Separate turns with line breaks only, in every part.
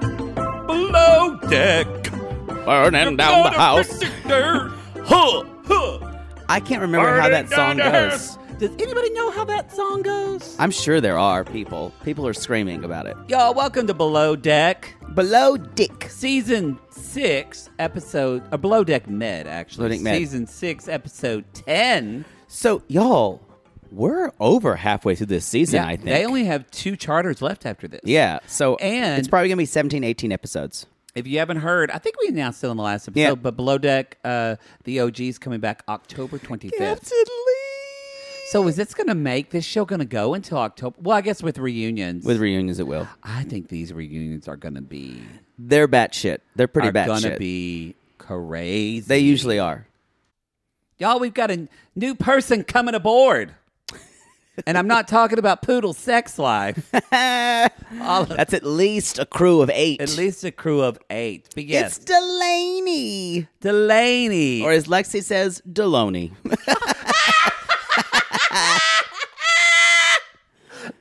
Below deck.
burning down the house.
Huh, huh.
I can't remember how that song
Burning down the
goes.
Does anybody know how that song goes?
I'm sure there are people. People are screaming about it.
Y'all, welcome to Below Deck,
Below Dick.
Season 6, Episode, or Below Deck Med, actually.
Below Deck Med.
Season 6, Episode 10.
So, y'all, we're over halfway through this season, I think.
They only have two charters left after this.
yeah, so
And-
it's probably going to be 17, 18 episodes.
If you haven't heard, I think we announced it on the last episode,
Yeah.
but Below Deck, uh, the OG's coming back October 25th. So is this going to make this show going to go until October? Well, I guess with reunions.
With reunions, it will.
I think these reunions are going to be
They're batshit. They're pretty
are
batshit.
going to be crazy.
They usually are.
Y'all, we've got a n- new person coming aboard. and I'm not talking about poodle sex life. All of-
That's at least a crew of eight.
at least a crew of eight. But yes,
It's Delaney.
Delaney.
Or as Lexi says, Deloney.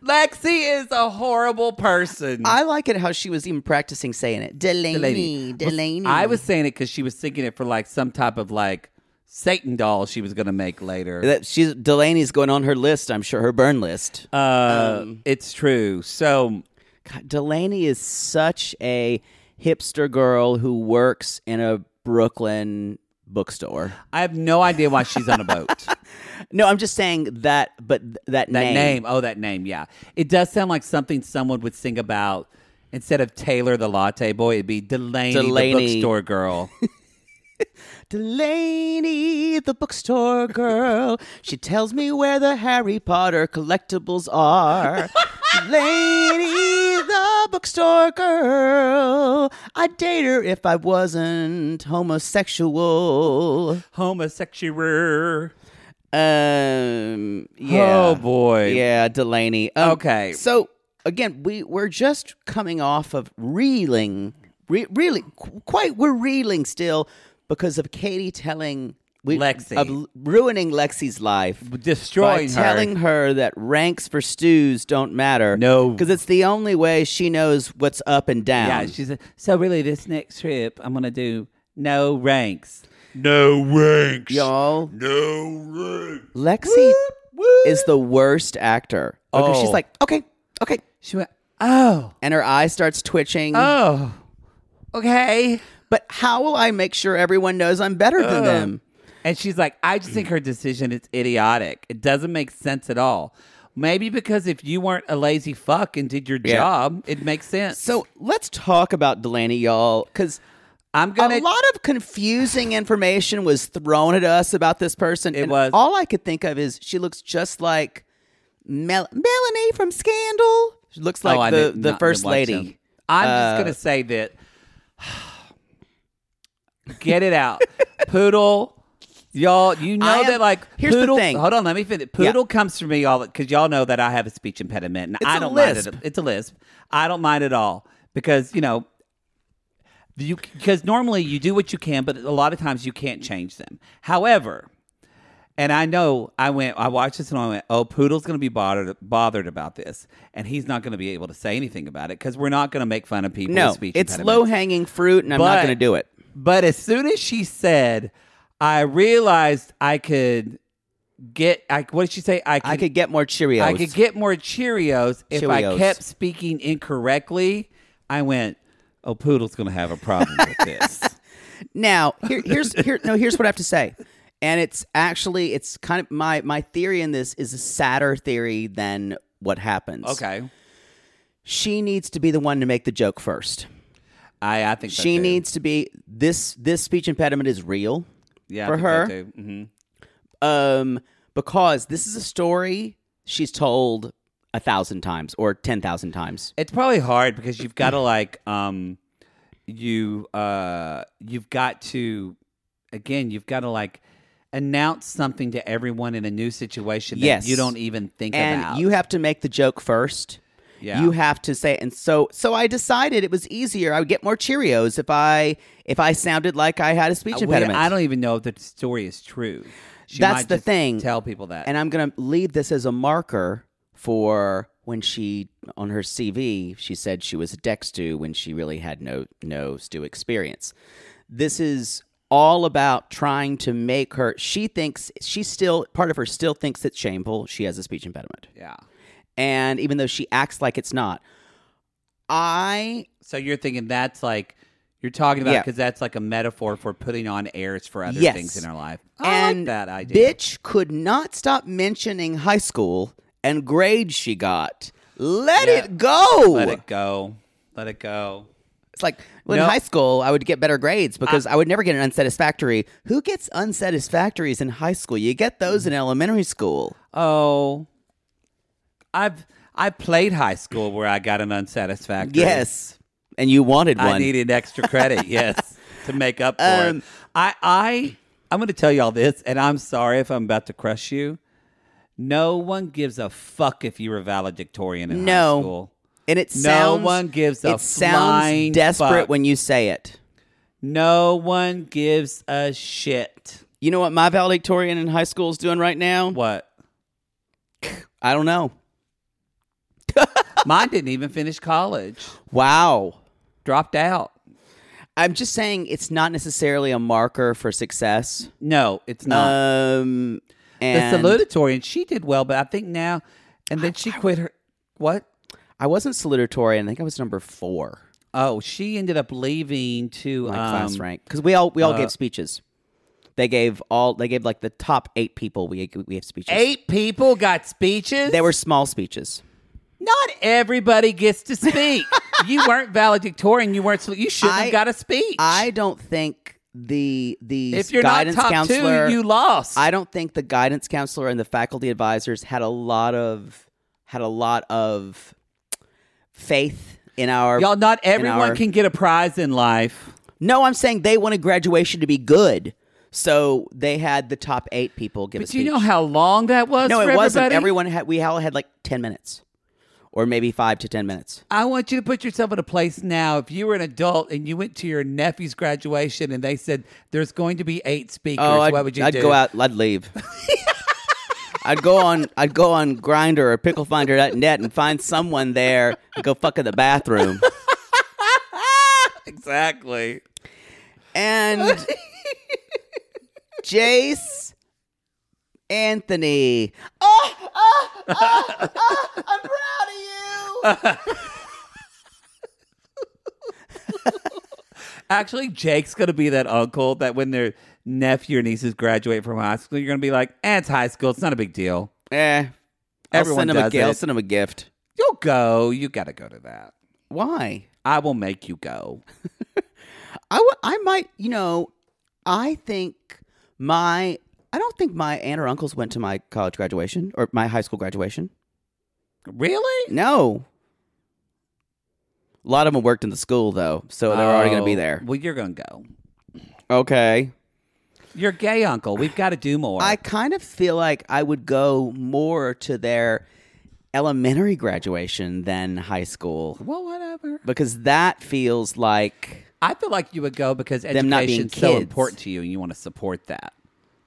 Lexi is a horrible person.
I like it how she was even practicing saying it. Delaney. Delaney.
Well, I was saying it because she was singing it for like some type of like Satan doll she was going to make later.
That she's Delaney's going on her list. I'm sure her burn list.
uh,
Um.
it's true. So
God, Delaney is such a hipster girl who works in a Brooklyn bookstore.
I have no idea why she's on a boat.
No, I'm just saying that, but th- that,
That name. Oh, that name. Yeah. It does sound like something someone would sing about. Instead of Taylor the latte boy, it'd be Delaney, the
Delaney.
bookstore girl.
Delaney, the bookstore girl. she tells me where the Harry Potter collectibles are. Delaney, the bookstore girl. I'd date her if I wasn't homosexual.
Homosexual.
Um. Yeah.
Oh, boy.
Yeah, Delaney. Um,
Okay.
So again, we we're just coming off of reeling, re- really qu- quite. We're reeling still because of Katie telling we,
Lexi.
of l- ruining Lexi's life. By
Destroying her.
telling her that ranks for stews don't matter.
No.
Because it's the only way she knows what's up and down.
Yeah, she's a, so really this next trip I'm gonna do no ranks.
No ranks.
Y'all,
No ranks.
Lexi is the worst actor. Because she's
Oh.
like, okay, okay.
She went, Oh,
and her eye starts twitching.
oh, okay.
But how will I make sure everyone knows I'm better than them?
And she's like, I just think her decision is idiotic. It doesn't make sense at all. Maybe because if you weren't a lazy fuck and did your
Yeah.
job, it makes sense.
So let's talk about Delaney, y'all, because
I'm
a
gonna
lot of confusing information was thrown at us about this person.
It
and
was.
All I could think of is she looks just like Mel- Melanie from Scandal. She looks
Oh, I
like the,
did
the
not
first
watch
lady.
him. I'm
Uh,
just gonna say that. Get it out, poodle. Y'all, you know
I am-
that like
here's the
poodle.
thing.
Hold on, let me finish. Poodle comes from me all because y'all know that I have a speech impediment, and
It's
I
a
don't
lisp.
mind it. It's a lisp. I don't mind it all because you know you because normally you do what you can, but a lot of times you can't change them. However, And I know I went, I watched this and I went, oh, Poodle's going to be bothered, bothered about this. And he's not going to be able to say anything about it because we're not going to make fun of people with
No,
speech
it's
impediments.
low hanging fruit, and I'm not
But-
going to do it.
But as soon as she said, I realized I could get, I, what did she say? I could,
I could get more Cheerios.
I could get more Cheerios if I
Cheerios.
kept speaking incorrectly. I went, oh, Poodle's going to have a problem with this.
Now, here, here's here. No, here's what I have to say, and it's actually it's kind of my my theory in this is a sadder theory than what happens.
okay.
she needs to be the one to make the joke first.
I, I think so,
she
too.
needs to be this this speech impediment is real
yeah, I
for
think so,
her.
too. Mhm.
um, because this is a story she's told a thousand times or ten thousand times.
It's probably hard because you've got to like um you uh you've got to again you've got to like announce something to everyone in a new situation that
Yes.
you don't even think
and
about.
you have to make the joke first.
Yeah.
You have to say and so so I decided it was easier. I would get more Cheerios if I if I sounded like I had a speech
Uh, wait,
impediment.
I don't even know if the story is true. She
That's
might
the
just
thing.
Tell people that.
and I'm going to leave this as a marker for when she on her CV she said she was a deck stew when she really had no no stew experience. This is all about trying to make her she thinks she still part of her still thinks it's shameful she has a speech impediment.
yeah.
And even though she acts like it's not, I
So you're thinking that's like you're talking about
Yeah.
because that's like a metaphor for putting on airs for other
Yes.
things in her life. I
and
like that idea.
Bitch could not stop mentioning high school and grades she got. Let
Yeah.
it go.
Let it go. Let it go.
It's like when
No.
in high school, I would get better grades because I, would never get an unsatisfactory. Who gets unsatisfactories in high school? You get those in elementary school.
Oh, I've I played high school where I got an unsatisfactory.
Yes, and you wanted one.
I needed extra credit. yes, to make up for
Um,
it. I I I'm going to tell y'all this, and I'm sorry if I'm about to crush you. No one gives a fuck if you were valedictorian in
No.
high school.
and it
No
sounds
one gives a
it sounds
flying
desperate
fuck.
when you say it.
No one gives a shit.
You know what my valedictorian in high school is doing right now?
What?
I don't know.
Mine didn't even finish college.
Wow.
Dropped out.
I'm just saying it's not necessarily a marker for success.
No, it's not.
Um, and
the salutatorian, she did well, but I think now, and then she quit her. What?
I wasn't salutatory, and I think I was number four
Oh, she ended up leaving to
in my
um, uh,
class rank because we all we all gave speeches. They gave all they gave like the top eight people we we have speeches.
Eight people got speeches.
They were small speeches.
not everybody gets to speak. you weren't valedictorian. You weren't. You shouldn't
I-
have got a speech.
I don't think the the
if you're not
guidance
top
counselor.
two, you lost.
I don't think the guidance counselor and the faculty advisors had a lot of had a lot of faith in our
Y'all, not
in
everyone
our-
can get a prize in life.
No, I'm saying they wanted graduation to be good. So they had the top eight people give a
But
speech.
you know how long that was?
no,
for
it wasn't.
everybody?
Everyone had we all had like ten minutes, or maybe five to ten minutes.
I want you to put yourself in a place now. If you were an adult and you went to your nephew's graduation and they said there's going to be eight speakers,
Oh, I'd,
what would you
I'd
do?
go out. I'd leave. I'd go on. I'd go on Grinder or PickleFinder.net and find someone there and go fuck in the bathroom.
Exactly.
And Jace Anthony. Oh, oh, oh, oh, I'm proud of you.
Actually, Jake's going to be that uncle that when their nephew or nieces graduate from high school, you're going to be like, eh, it's high school. It's not a big deal.
Eh,
Everyone
I'll send him a
does
gift. I'll
it.
send him a gift.
You'll go. You got to go to that.
Why?
I will make you go.
I wa- I might, you know, I think my, I don't think my aunt or uncles went to my college graduation or my high school graduation.
Really?
No. A lot of them worked in the school though, so they're already going to be
Oh,
there.
Well, you're going to go.
Okay.
You're gay, uncle. We've got to do more.
I kind of feel like I would go more to their elementary graduation than high school
well, whatever.
because that feels like
I feel like you would go because
Them not being
education's so
kids.
important to you, and you want to support that.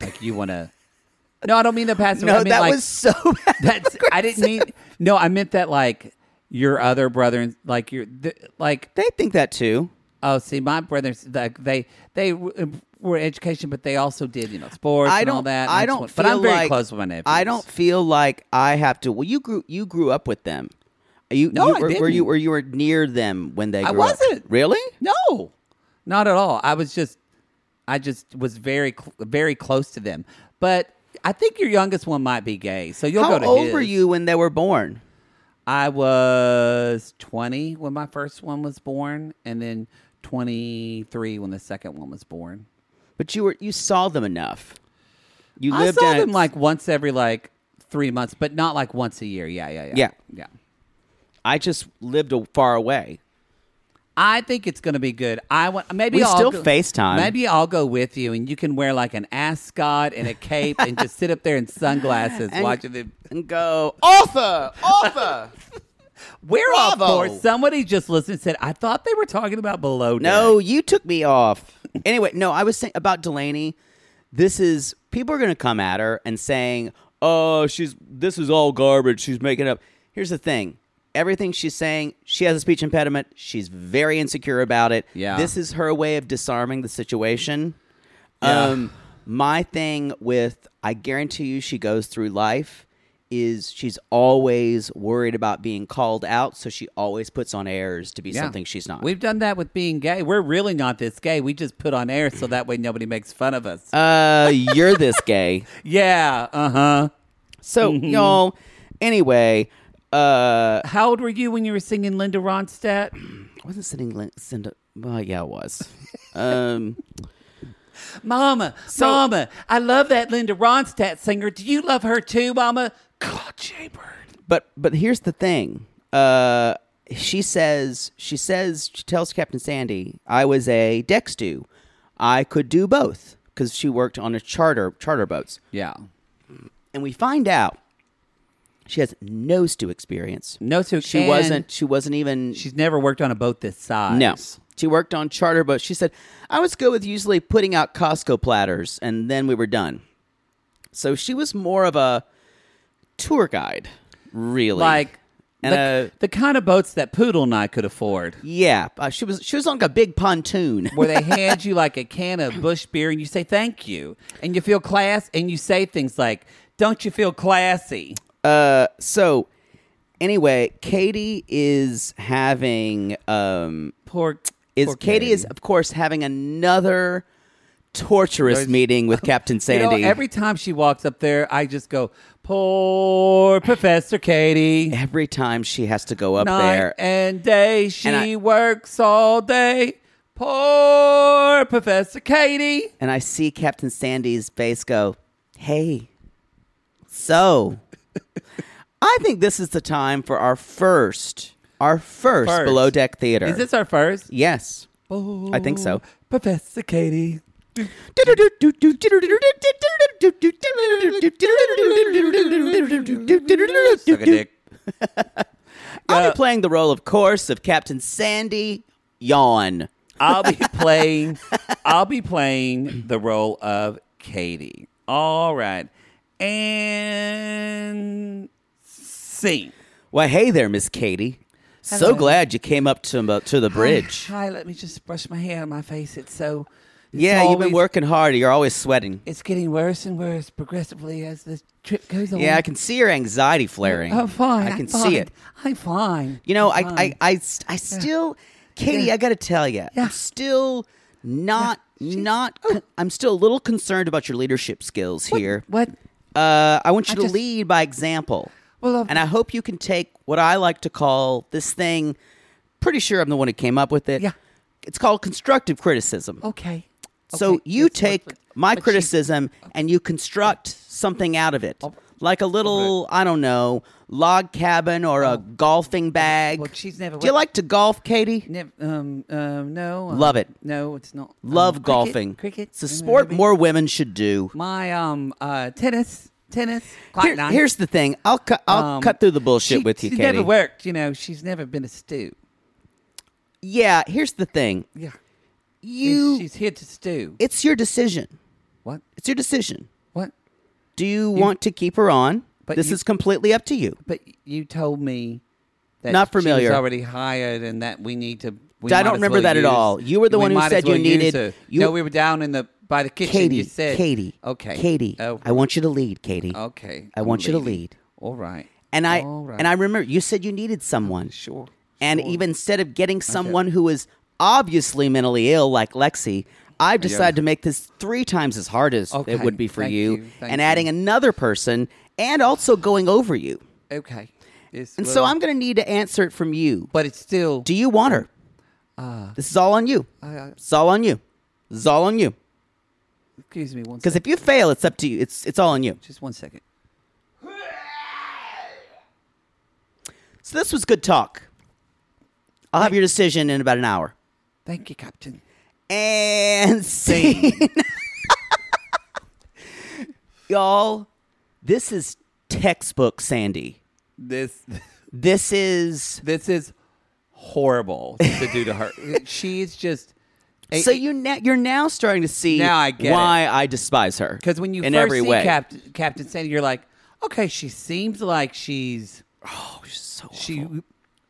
Like you want to, No, I don't mean the passive.
No,
I mean,
that
like,
was so bad.
That's I didn't mean. No, I meant that like your other brother, and like your th- like.
They think that too.
Oh, see, my brothers, like they they w- were education, but they also did you know sports
I
and
don't.
all that. and
I
that's
don't.
what-
Feel
but I'm very
like,
close with my nephews.
I don't feel like I have to. Well, you grew. You grew up with them. Are You,
No,
you,
I
were, were you
didn't.
were you were near them when they. Grew
I
up.
wasn't
really.
No, not at all. I was just, I just was very cl- very close to them. But I think your youngest one might be gay, so you'll
How
go to
old
his.
were you when they were born?
I was 20 when my first one was born, and then 23 when the second one was born.
But you were you saw them enough. You
I
lived
saw
in
them like once every like three months, but not like once a year. Yeah, yeah, yeah,
Yeah.
yeah.
I just lived a- far away.
I think it's gonna be good. I want maybe
We
I'll
still
go,
FaceTime.
Maybe I'll go with you, and you can wear like an ascot and a cape, and just sit up there in sunglasses
And-
watching them.
And go, Arthur, Arthur.
We're off
Bravo!
for somebody just listened and said. I thought they were talking about below. Deck."
no, you took me off. Anyway, no, I was saying about Delaney. This is people are going to come at her and saying, "Oh, she's this is all garbage. She's making up." Here's the thing. Everything she's saying, she has a speech impediment. She's very insecure about it.
Yeah.
This is her way of disarming the situation.
Yeah.
Um, my thing with I guarantee you she goes through life is she's always worried about being called out, so she always puts on airs to be
Yeah.
something she's not.
We've done that with being gay. We're really not this gay. We just put on air so that way nobody makes fun of us.
uh, you're this gay. Mm-hmm.
yeah. Uh huh.
So y'all. Anyway, uh,
How old were you when you were singing Linda Ronstadt?
I wasn't sitting. Lin- Cinda- well, yeah, I was. Um,
Mama, Mama, I love that Linda Ronstadt singer. Do you love her too, Mama? God, Jaybird.
but but here's the thing. Uh, she says she says she tells Captain Sandy, "I was a deck stew. I could do both because she worked on a charter charter boats."
Yeah.
And we find out she has no stew experience.
No stew
She
can-
wasn't. She wasn't even.
She's never worked on a boat this size.
No. She worked on charter boats. She said, I was good with usually putting out Costco platters and then we were done. So she was more of a tour guide, really.
Like
And,
the,
uh,
the kind of boats that Poodle and I could afford.
yeah, uh, she was she was on like a big pontoon.
Where they hand you like a can of bush beer and you say thank you. And you feel class and you say things like, Don't you feel classy?
So anyway, Katie is having um
Poor
is
poor
Katie, is of course having another torturous meeting with Captain
You know,
Sandy.
every time she walks up there, I just go, Poor Professor Katie.
Every time she has to go up
Night
there.
and day, she
And I-
works all day. Poor Professor Katie.
and I see Captain Sandy's face go, Hey, so I think this is the time for our first, our first,
First.
below deck theater.
Is this our first?
Yes. I think so.
Professor Katie. Suck a dick. Uh,
I'll be playing the role, of course, of Captain Sandy Yawn.
I'll be playing. I'll be playing the role of Katie. All right, and sing.
Why, hey there, Miss Katie. So
Hello.
glad you came up to, to the bridge.
Oh, Hi, let me just brush my hair on my face. It's so. it's
Yeah, you've been
always-
working hard. You're always sweating.
It's getting worse and worse progressively as the trip goes on.
Yeah, I can see your anxiety flaring.
I'm Oh, fine.
I
I'm
can
fine.
see it.
I'm fine.
You know, I,
I'm
I,
fine.
I, st- I still, Katie, I got to tell you,
Yeah. Oh.
I'm still not, not, con- I'm still a little concerned about your leadership skills here.
What?
Uh, I want you
I
to
just-
lead by example.
Well, uh,
and I hope you can take what I like to call this thing. Pretty sure I'm the one who came up with it.
Yeah.
It's called constructive criticism.
Okay.
So
Okay.
you
Let's work
take
with-
my
achieve-
criticism and you construct something out of it.
Oh,
Like a little, I don't know, log cabin or a golfing bag.
Oh. Well, she's never
Do you
went-
like to golf, Katie?
Nev- um, um, no. um,
Love it.
No, it's not. um,
Love
cricket,
golfing.
Cricket.
It's a
um,
sport
rugby.
more women should do.
My um uh tennis. Tennis. Quite
Here-
nice.
here's the thing. I'll cut. I'll
Um,
cut through the bullshit
she-
with you,
She's
Katie.
never worked. You know, she's never been a stew.
Yeah. Here's the thing.
Yeah.
You.
she's here to stew.
It's your decision.
what?
It's your decision.
What?
Do you, want to keep her on?
But
this
you-
is completely up to you.
But you told me that
Not
she was
familiar.
already hired, and that we need to. We
I
might
don't
as
remember
well
that at
use-
all. You were the
we
one who
might as
said you
well use
needed-
her.
you-
no, we were down in the by the kitchen.
Katie,
you said
Katie,
Okay,
Katie.
Oh,
I want you to lead, Katie.
Okay,
I
I'm
want you to
leading.
lead.
All right.
And I
All right.
and I remember you said you needed someone.
sure.
And even instead of getting someone who is obviously mentally ill like Lexi, I've decided to make this three times as hard as
Okay,
it would be for
thank
you,
you, thank
and adding
you.
another person and also going over you.
Okay. It's-
And
well,
so I'm going to need to answer it from you.
But it's still.
Do you want her?
Uh,
this is all on you. it's all on you. It's all on you.
excuse me one
Because
second.
if you fail, it's up to you. It's it's all on you.
Just one second.
So this was good talk. I'll have your decision in about an hour.
Thank you, Captain.
And scene. Y'all, this is textbook Sandy.
This
This is
this is horrible to do to her. she is just.
so you na- you're now starting to see
Now I get
why I despise her
Because when you
in
first
every
see
way.
Captain, Captain Sandy, you're like, okay, she seems like she's. Oh, she's so. She.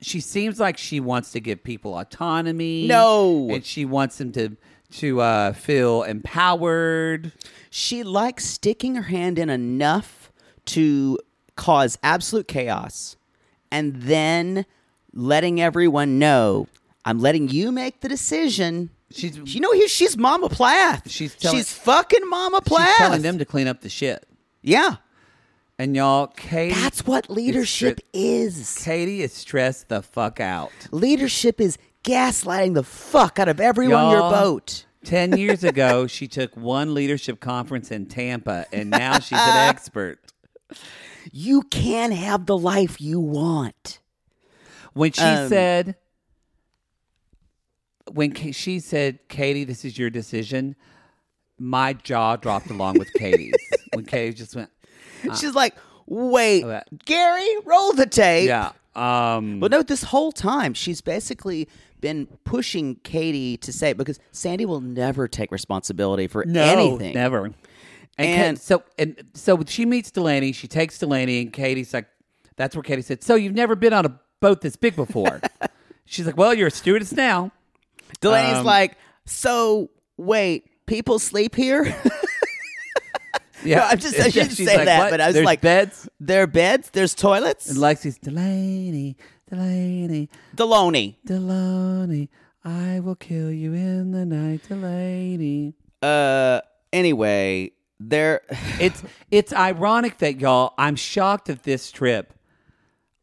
She seems like she wants to give people autonomy.
No.
and she wants them to to uh, feel empowered.
she likes sticking her hand in enough to cause absolute chaos and then letting everyone know I'm letting you make the decision.
She's-
you know, here she's Mama Plath.
She's telling-
she's fucking Mama Plath.
She's telling them to clean up the shit.
yeah,
And y'all, Katie,
that's what leadership is.
Katie is stressed the fuck out.
Leadership is gaslighting the fuck out of everyone in your
Y'all,
boat.
Ten years ago, she took one leadership conference in Tampa, and now she's an expert.
You can have the life you want.
When she
Um,
said, when Ka- she said, "Katie, this is your decision," my jaw dropped along with Katie's. when Katie just went,
She's like, wait,
Uh. that-
Gary, roll the tape.
"Yeah, um,
But no, this whole time she's basically been pushing Katie to say because Sandy will never take responsibility for anything.
never." And,
And-
Ka- so, and so she meets Delaney. She takes Delaney, and Katie's like, "That's where Katie said." So you've never been on a boat this big before. she's like, "Well, you're a stewardess now."
Delaney's
Um,
like, so wait, people sleep here. No, I'm just I
Yeah,
shouldn't
she's
say
like,
that,
"What?
but I was
There's
like,
beds.
there are beds, there's toilets.
And Lexi's Delaney, Delaney,
Delaney,
Delaney. I will kill you in the night, Delaney.
uh, anyway, there.
It's it's ironic that y'all. I'm shocked at this trip.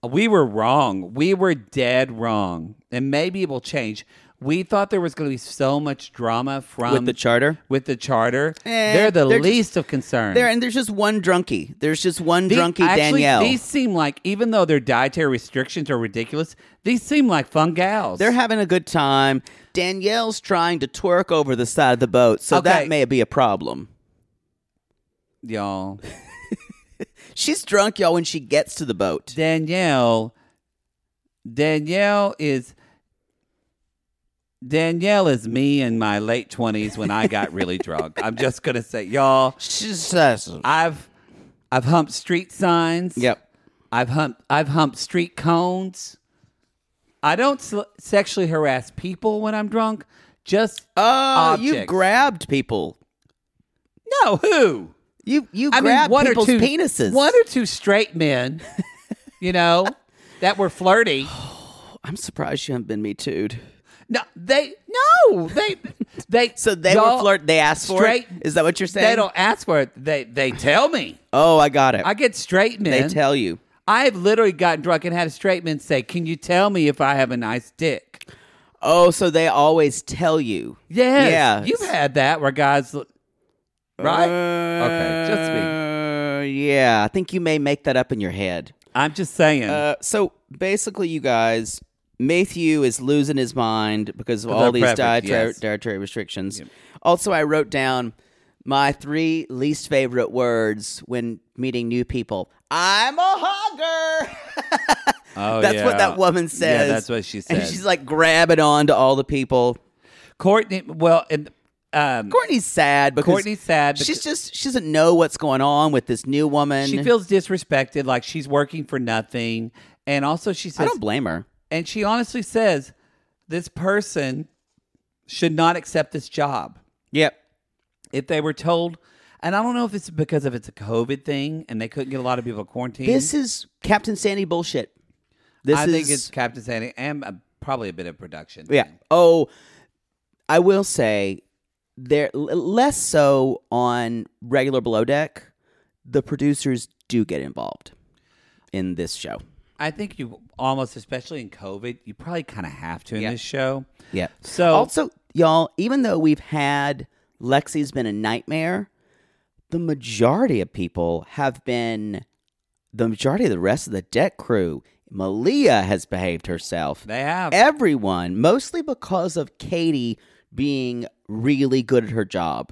We were wrong. We were dead wrong, and maybe it will change. We thought there was going to be so much drama from
With the charter?
With the charter,
Eh,
they're the
they're just-
least of concern.
There and there's just one drunkie. There's just one
The-
drunkie
actually,
Danielle.
These seem like, even though their dietary restrictions are ridiculous, these seem like fun gals.
They're having a good time. Danielle's trying to twerk over the side of the boat, so that
Okay.
may be a problem.
y'all.
She's drunk, y'all, when she gets to the boat.
Danielle. Danielle is. Danielle is me in my late twenties when I got really drunk. I'm just gonna say, y'all,
She says,
I've I've humped street signs.
"Yep,
I've humped I've humped street cones. I don't sl- sexually harass people when I'm drunk. Just
oh, you
uh, objects.
grabbed people.
no who.
You you
I mean,
grabbed
one or
people's
two
penises.
One or two straight men, you know, that were flirty.
I'm surprised you haven't been me too'd.
No, they no, they they.
So they
y'all-
were flirt. They asked for
straight.
it. Is that what you're saying?
They don't ask for it. They they tell me.
Oh, I got it.
I get straight men.
they tell you.
I have literally gotten drunk and had a straight man say, "Can you tell me if I have a nice dick?"
Oh, so they always tell you.
Yes.
Yeah.
You've had that where guys, l- right? okay, just me.
Uh, yeah, I think you may make that up in your head.
I'm just saying.
Uh, so basically, you guys, Matthew is losing his mind because of
Because
all
of
these
preference,
dietary,
yes.
dietary restrictions. Also, I wrote down my three least favorite words when meeting new people. I'm a hugger.
oh,
that's what
yeah.
that woman says.
Yeah, that's what she says.
And she's like grabbing on to all the people.
Courtney, well, and Um,
Courtney's sad because
Courtney's sad
She's
becau-
just she doesn't know what's going on with this new woman.
she feels disrespected, like she's working for nothing. And also, she
I
says,
don't blame her.
and she honestly says, this person should not accept this job.
Yep.
If they were told, and I don't know if it's because of it's a COVID thing and they couldn't get a lot of people quarantined.
This is Captain Sandy bullshit. This
I
is
think it's Captain Sandy and uh, probably a bit of production.
yeah. Oh, I will say there l- less so on regular below deck. The producers do get involved in this show.
I think you almost, especially in COVID, you probably kind of have to in
Yeah.
this show.
Yeah.
So-
also, y'all, even though we've had Lexi's been a nightmare, the majority of people have been the majority of the rest of the deck crew. Malia has behaved herself.
They have.
Everyone, mostly because of Katie being really good at her job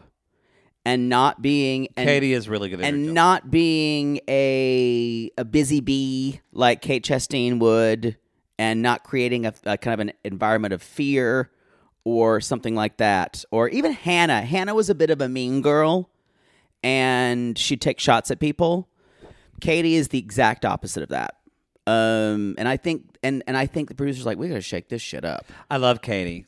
and not being and,
Katie is really good at her
and
job.
not being a a busy bee like Kate Chastain would, and not creating a, a kind of an environment of fear or something like that, or even Hannah. Hannah was a bit of a mean girl, and she takes shots at people. Katie is the exact opposite of that. Um, and I think and and I think the producers are like we gotta shake this shit up.
I love Katie.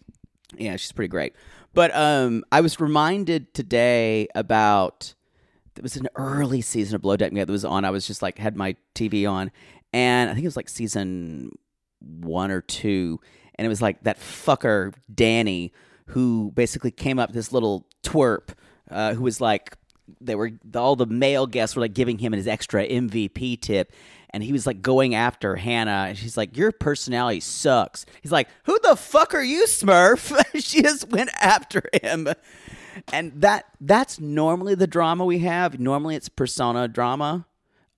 Yeah, she's pretty great. But um, I was reminded today about it was an early season of Blow Deck Me Up that was on. I was just like had my TV on, and I think it was like season one or two, and it was like that fucker Danny who basically came up this little twerp uh, who was like they were all the male guests were like giving him his extra MVP tip. And he was like going after Hannah, and she's like, "Your personality sucks." He's like, "Who the fuck are you, Smurf?" she just went after him, and that that's normally the drama we have. Normally, it's persona drama,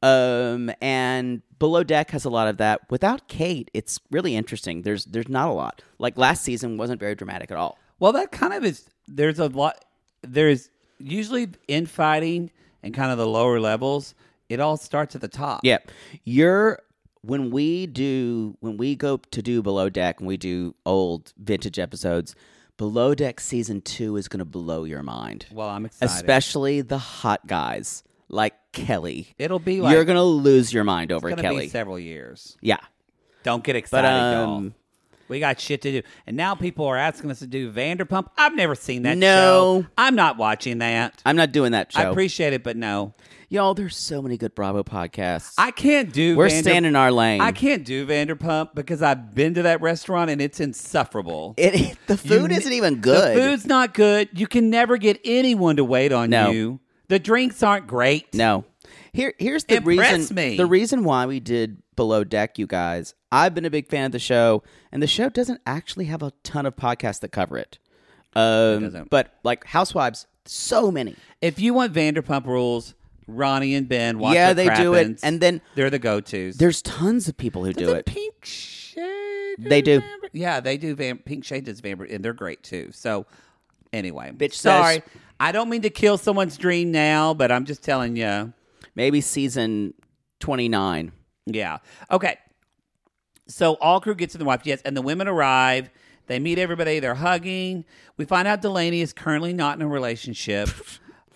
um, and Below Deck has a lot of that. Without Kate, it's really interesting. There's there's not a lot. Like last season wasn't very dramatic at all.
Well, that kind of is. There's a lot. There's usually infighting and kind of the lower levels. It all starts at the top.
Yeah, you're when we do when we go to do Below Deck and we do old vintage episodes. Below Deck season two is going to blow your mind.
Well, I'm excited.
especially the hot guys like Kelly.
It'll be like
you're gonna lose your mind over
it's gonna
Kelly.
be several years.
yeah,
Don't get excited,
but
y'all.
um,
We got shit to do, and now people are asking us to do Vanderpump. I've never seen that.
No.
show. I'm not watching that.
I'm not doing that
I
show.
appreciate it, but no,
y'all, there's so many good Bravo podcasts.
I can't do.
We're
Vander-
staying in our lane.
I can't do Vanderpump because I've been to that restaurant and it's insufferable.
It the
You
food
ne-
isn't even good.
The food's not good. You can never get anyone to wait on
No.
you. The drinks aren't great.
No. Here, here's the
Impress
reason.
me.
The reason why we did Below Deck, you guys. I've been a big fan of the show, and the show doesn't actually have a ton of podcasts that cover it. Um,
doesn't.
but like Housewives, so many.
If you want Vanderpump Rules, Ronnie and Ben watch
Yeah,
What
they do it,
Crappens.
and then-
they're the go-tos.
There's tons of people who do
the
it.
Pink Shade.
They do.
Vander- Yeah, they do. Van- Pink Shade does Vanderpump, and they're great too. So, anyway,
Bitch says-
sorry. I don't mean to kill someone's dream now, but I'm just telling you.
Maybe season twenty nine.
Yeah. Okay. So all crew gets in the wife, yes, and the women arrive. They meet everybody. They're hugging. We find out Delaney is currently not in a relationship.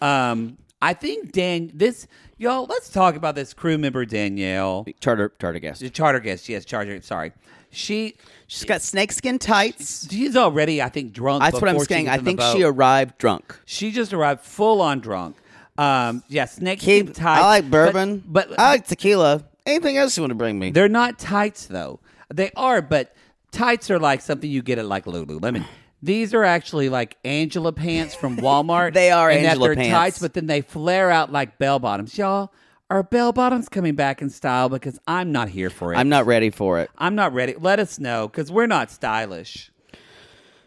um, I think Dan. This y'all. Let's talk about this crew member Danielle,
Charter charter guest.
the charter guest. Yes, charter. Sorry, she
She's got snakeskin tights.
she's already I think drunk.
That's what I'm
before she
saying.
gets
I
on the
think she
boat.
arrived drunk.
She just arrived full on drunk. Um, yeah, snake
Keep.
tight.
I like bourbon,
but, but
I like tequila. Anything else you want to bring me?
They're not tights though. They are, but tights are like something you get at like Lululemon. These are actually like Angela pants from Walmart.
They are
and that
Angela
they're
pants.
tights, but then they flare out like bell bottoms. Y'all, are bell bottoms coming back in style? Because I'm not here for it.
I'm not ready for it.
I'm not ready. Let us know because we're not stylish.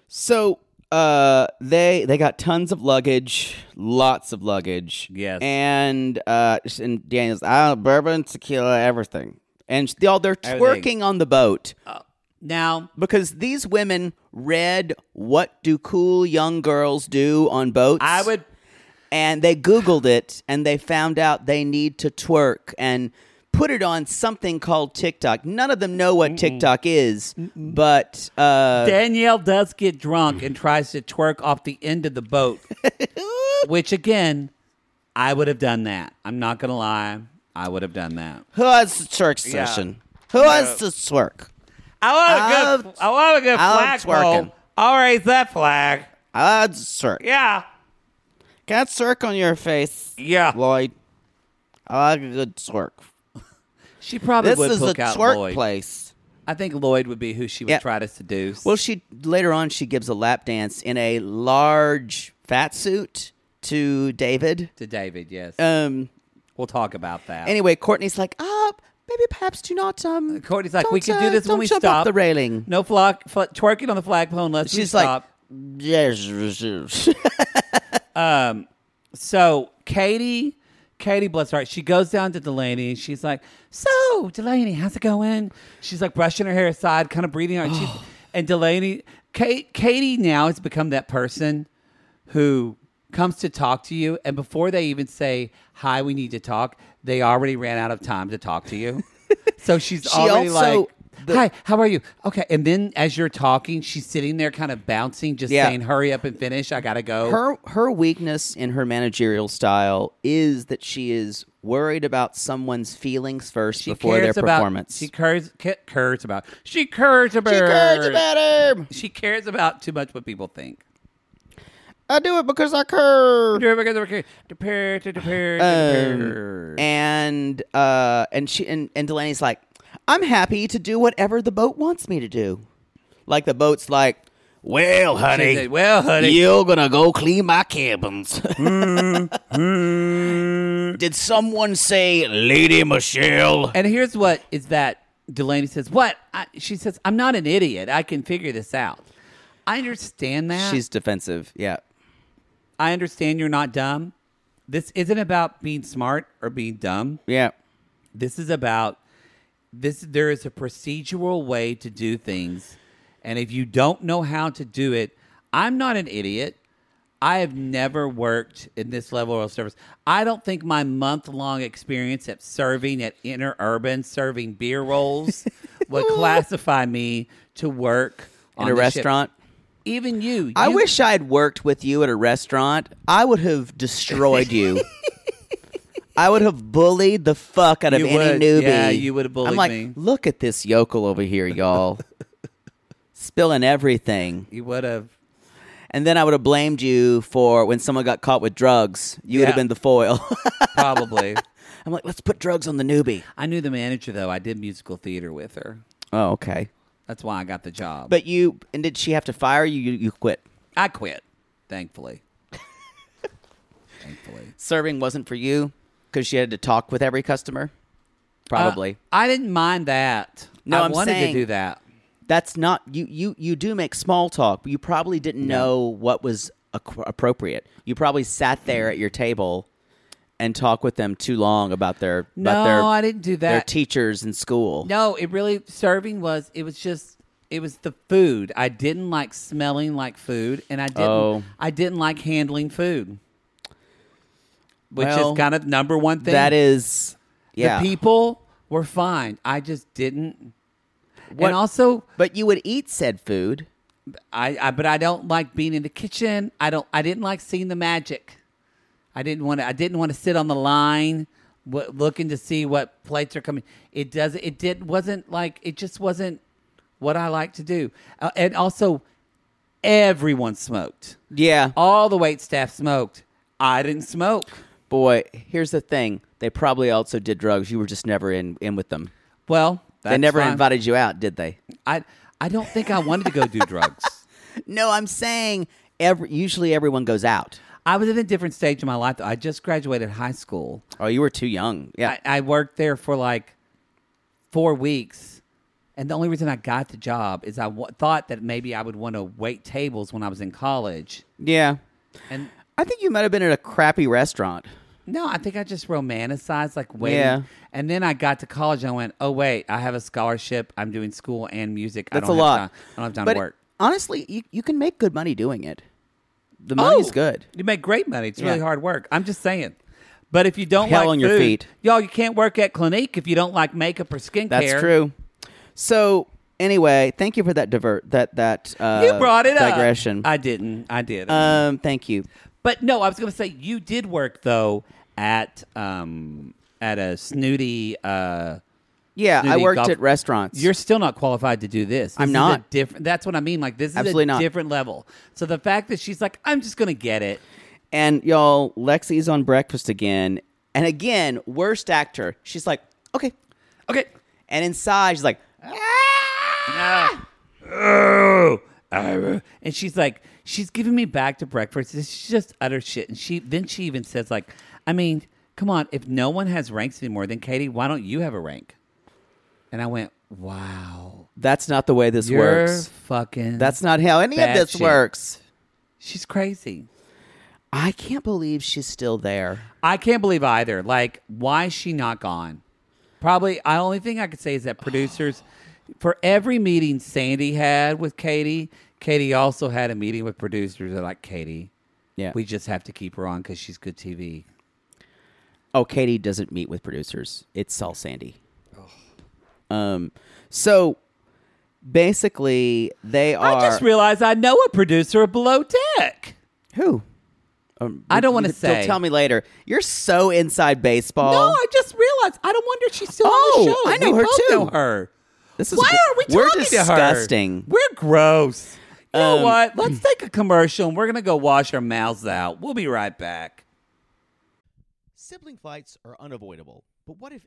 So uh they they got tons of luggage, lots of luggage.
Yes.
And uh and Daniel's I don't know, bourbon, tequila, everything. And they all they're
Everything. Uh,
twerking on the boat
Now,
because these women read what do cool young girls do on boats.
I would.
and they googled it and they found out they need to twerk and put it on something called TikTok. None of them know what TikTok is, but uh,
Danielle does get drunk and tries to twerk off the end of the boat, which again, I would have done that. I'm not gonna lie, I would have done that.
who has the twerk session? Who has the twerk?
I want a good,
Out-
I want a good
out
flag
twerking.
pole. I'll raise that flag.
I had the twerk.
Yeah,
Got twerk on your face,
yeah.
Lloyd. I like a good twerk.
she probably
This
would
is a
hook out
twerk
Lloyd.
place.
I think Lloyd would be who she would
Yeah.
try to seduce.
Well, she later on she gives a lap dance in a large fat suit to David.
to David, yes.
Um.
we'll talk about that.
Anyway, Courtney's like, "Ah, maybe perhaps do not." Um.
Courtney's like, we
don't,
can do
uh,
this when
don't
we
jump
stop
off the railing.
No flock, fl- twerking on the flagpole unless we
She's
stop.
like, yes.
So Katie, Katie, bless her heart, she goes down to Delaney. and She's like, "So Delaney, how's it going?" She's like brushing her hair aside, kind of breathing out. She's, and Delaney, Kate, Katie now has become that person who comes to talk to you, and before they even say hi, we need to talk. They already ran out of time to talk to you. so she's already
also-
like. Hi, how are you? Okay, and then as you're talking, she's sitting there kind of bouncing, just
Yeah.
saying, "Hurry up and finish. I gotta go."
her her weakness in her managerial style is that she is worried about someone's feelings first before their
cares about-
performance.
She cares, ca- cares about. She cares about.
She cares about him.
She cares about too much what people think.
I do it because I care. Uh, And uh, and she and, and Delaney's like, I'm happy to do whatever the boat wants me to do. Like the boat's like, well, honey,
said, "Well, honey."
you're gonna go clean my cabins. Did someone say Lady Michelle?
And here's what is that Delaney says. What I, she says, I'm not an idiot. I can figure this out. I understand that.
She's defensive. Yeah.
I understand you're not dumb. This isn't about being smart or being dumb.
Yeah.
This is about this. There is a procedural way to do things, and if you don't know how to do it, I'm not an idiot. I have never worked in this level of service. I don't think my month long experience at serving at Interurban, serving beer rolls, would classify me to work
In
on
a
the ship.
restaurant.
Even you,
I
you-
wish I had worked with you at a restaurant. I would have destroyed you. I would have bullied the fuck out of
You
any
would.
newbie.
Yeah, you would have
I'm
bullied
like,
me.
look at this yokel over here, y'all, spilling everything.
you would have.
And then I would have blamed you for when someone got caught with drugs. You would have
Yeah.
been the foil.
Probably.
I'm like, let's put drugs on the newbie.
I knew the manager though. I did musical theater with her.
Oh, okay.
That's why I got the job.
But you and did she have to fire you? You, you quit.
I quit, thankfully. thankfully.
Serving wasn't for you because she had to talk with every customer. Probably.
Uh, I didn't mind that.
No,
I
I'm
wanted
saying-
to do that.
that's not you you you do make small talk but you probably didn't know what was ac- appropriate you probably sat there at your table and talked with them too long about their
No,
about their
I didn't do
their
that.
teachers in school
No, it really serving was it was just it was the food. I didn't like smelling like food and I didn't
Oh.
I didn't like handling food. Which
Well,
is kind of number one thing.
that is yeah
the people were fine. I just didn't
What-
and also
but you would eat said food
I, I but I don't like being in the kitchen. I don't I didn't like seeing the magic. I didn't want to I didn't want to sit on the line w- looking to see what plates are coming. It does it did wasn't like it just wasn't what I like to do. Uh, and also everyone smoked.
yeah
All the wait staff smoked. I didn't smoke.
boy here's the thing they probably also did drugs you were just never in in with them
Well,
they
that's
never
fine.
invited you out did they
I I don't think I wanted to go do drugs.
no i'm saying every usually everyone goes out
I was at a different stage in my life. Though. I just graduated high school.
oh you were too young yeah
I, I worked there for like four weeks. And the only reason I got the job is I w- thought that maybe I would want to wait tables when I was in college.
yeah
And
I think you might have been at a crappy restaurant.
no, I think I just romanticized like waiting.
Yeah.
And then I got to college and I went, oh, wait, I have a scholarship. I'm doing school and music. I
That's a
don't have
lot.
time- I don't have time
but
to work.
Honestly, you, you can make good money doing it. The money's
Oh,
good.
You make great money. It's
Yeah.
really hard work. I'm just saying. But if you don't
Hell
like
on your
food-
feet.
y'all, you can't work at Clinique if you don't like makeup or skincare.
That's true. So anyway, thank you for that divert that that uh,
You brought it
digression.
up. I didn't. I did.
Uh,
um, thank you.
but no, I was going to say you did work though at um at a snooty. Uh,
Yeah, I
Snooty
worked
golf-
at restaurants.
You're still not qualified to do this. This
I'm
is a
not.
different. That's what I mean. Like this is
Absolutely
a
not.
different level. So the fact that she's like, I'm just going to get it.
and y'all, Lexi's on breakfast again, and again, worst actor. She's like, okay,
Okay.
and inside she's like,
Ah. Oh. Ah. And she's like, she's giving me back to breakfast. It's just utter shit. And she then she even says like, I mean, come on. If no one has ranks anymore, then Katie, why don't you have a rank? And I went, Wow,
that's not the way this
you're
works.
fucking.
That's not how any of
bad
this
shit.
works.
She's crazy.
I can't believe she's still there.
I can't believe either. Like, why is she not gone? Probably, I only thing I could say is that producers, for every meeting Sandy had with Katie, Katie also had a meeting with producers. They're like, Katie,
Yeah.
we just have to keep her on because she's good TV.
Oh, Katie doesn't meet with producers. It's Saul Sandy. Um, so basically, they are
I just realized I know a producer of Below Deck.
who? Um,
I don't
you
wanna
can still
say.
Tell me later. You're so inside baseball.
No, I just realized. I don't wonder if she's still on the
Oh,
show.
I know
We
her
both
too.
Know her.
this
Why are we
We're
talking
disgusting.
to her? We're gross. hmm. You
Um,
know what? Let's take a commercial and we're gonna go wash our mouths out. We'll be right back.
Sibling fights are unavoidable, but what if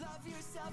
Love yourself,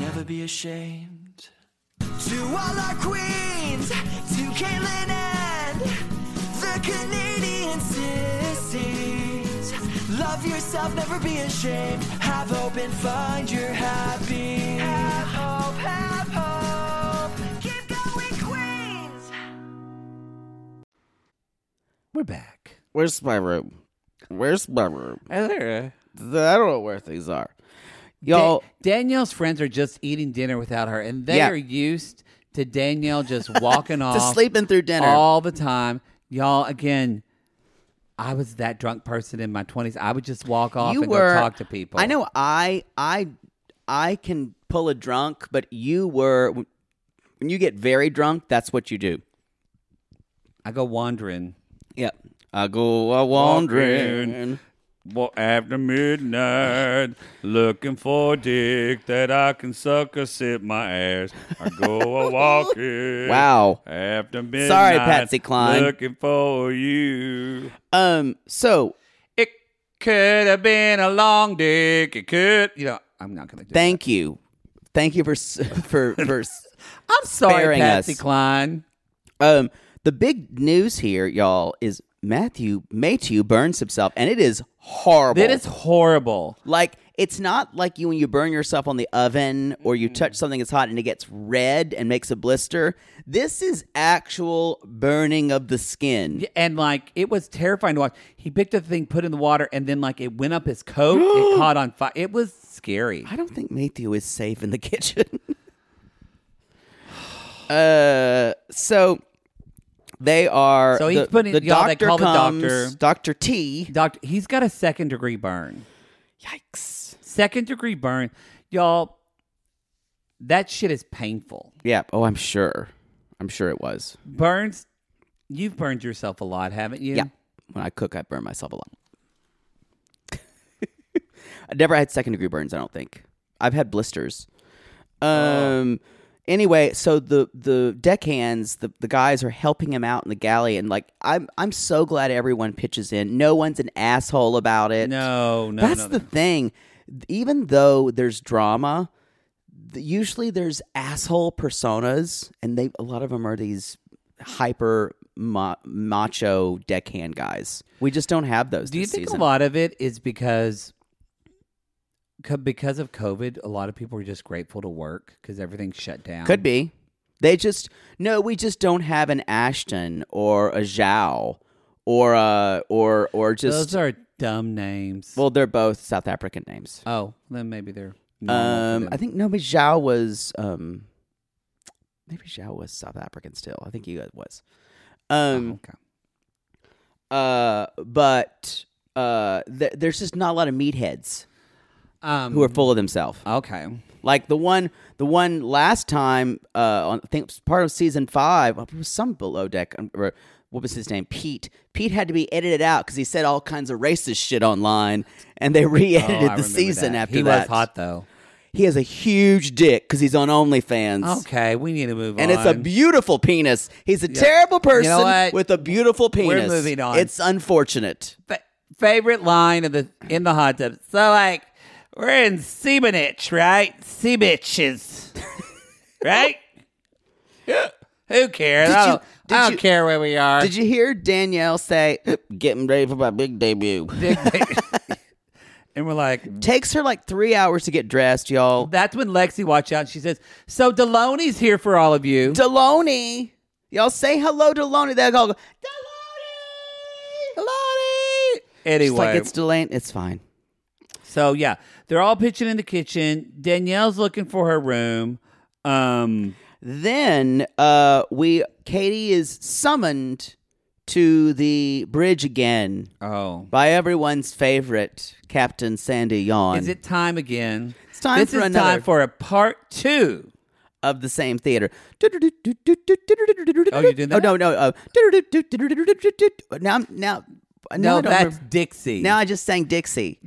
never be ashamed. To all our queens, to Caitlin and the Canadian sissies. Love yourself, never be ashamed. Have hope and find your happy. Have hope, have hope. Keep going, Queens.
We're back.
Where's my room? Where's my room? Th- I don't know where things are.
Da-
Y'all,
Danielle's friends are just eating dinner without her, and they
Yeah.
are used to Danielle just walking
to
off
sleeping through dinner.
all the time. Y'all, again, I was that drunk person in my twenties. I would just walk off
you
and
were
go talk to people.
I know. I I I can pull a drunk, but you were when you get very drunk. That's what you do.
I go wandering.
Yep. I go a wandering.
Well, after midnight, looking for a dick that I can suck or sit my ass. I go a walking.
Wow.
After midnight,
Patsy Cline.
Looking for you.
Um. So
It could have been a long dick. It could, you know. I'm not gonna do.
thank you, thank you for s- for for. s-
that. I'm sorry,
sparing
Patsy
us.
Klein.
Um, the big news here, y'all, is Matthew Matthew burns himself, and it is horrible.
That is horrible.
like
it's not like you when you burn yourself on the oven or you touch something that's hot and it gets red and makes a blister. This is actual burning of the skin.
Yeah, and like it was terrifying to watch. He picked up the thing, put it in the water, and then like it went up his coat. it caught on fire. It was scary.
I don't think Matthew is safe in the kitchen. uh, so they are.
So he's
the,
putting-
the
y'all, they
doctor
call the
comes,
doctor.
Doctor T.
Doctor, he's got a second degree burn. Yikes! Second degree burn, y'all. That shit is painful.
Yeah. Oh, I'm sure. I'm sure it was.
Burns. You've burned yourself a lot, haven't you?
Yeah. When I cook, I burn myself a lot. I never had second degree burns. I don't think I've had blisters. Um. Anyway, so the the deckhands, the the guys are helping him out in the galley, and like I'm I'm so glad everyone pitches in. No one's an asshole about it.
No, no,
That's
no,
the
no.
thing. Even though there's drama, th- usually there's asshole personas, and they a lot of them are these hyper ma- macho deckhand guys. We just don't have those.
Do you
this
think
season.
a lot of it is because co- because of COVID, a lot of people are just grateful to work because everything's shut down.
Could be. They just no. We just don't have an Ashton or a Zhao or a or or just
Those are dumb names.
well, they're both South African names.
oh, then maybe they're. normal for
Um, I
them.
think no, but Zhao was um, maybe Zhao was South African still. I think he was. Um,
okay. Uh-huh.
uh, but uh, th- there's just not a lot of meatheads
Um,
who are full of themselves.
okay. Oh,
Like the one, the one last time, uh, on, I think it was part of season five, oh, it was some below deck. um, Or, what was his name? Pete. Pete had to be edited out because he said all kinds of racist shit online, and they
Oh, I
re-edited the
remember
season
that.
after
he
that.
was hot though.
He has a huge dick because he's on OnlyFans.
Okay, we need to move
And
on.
it's a beautiful penis. He's a terrible person
what?
with a beautiful penis.
moving on.
It's unfortunate.
Fa- favorite line of the in the hot tub. So like we're in sea bitch, right? Sea bitches, right? Who cares?
Did
I
you-
don't,
did
I don't
you-
care where we are.
Did you hear Danielle say, "Getting ready for my big debut"?
and we're like,
Takes her like three hours to get dressed, y'all.
that's when Lexi watched out. and She says, "So Deloney's here for all of you."
Deloney, y'all say hello, Deloney. They all go, Deloney, Deloney.
Anyway,
She's like it's Delane. It's fine.
So yeah, they're all pitching in the kitchen. Danielle's looking for her room. Um,
Then uh, we, Katie is summoned to the bridge again.
oh,
by everyone's favorite Captain Sandy Yawn
is it time again?
It's time
this
for
is
another-
time for a part two.
of the same theater.
Oh, you doing that?
Oh no, no. Uh, now, now, now I
No,
don't
that's
remember.
Dixie.
Now I just sang Dixie.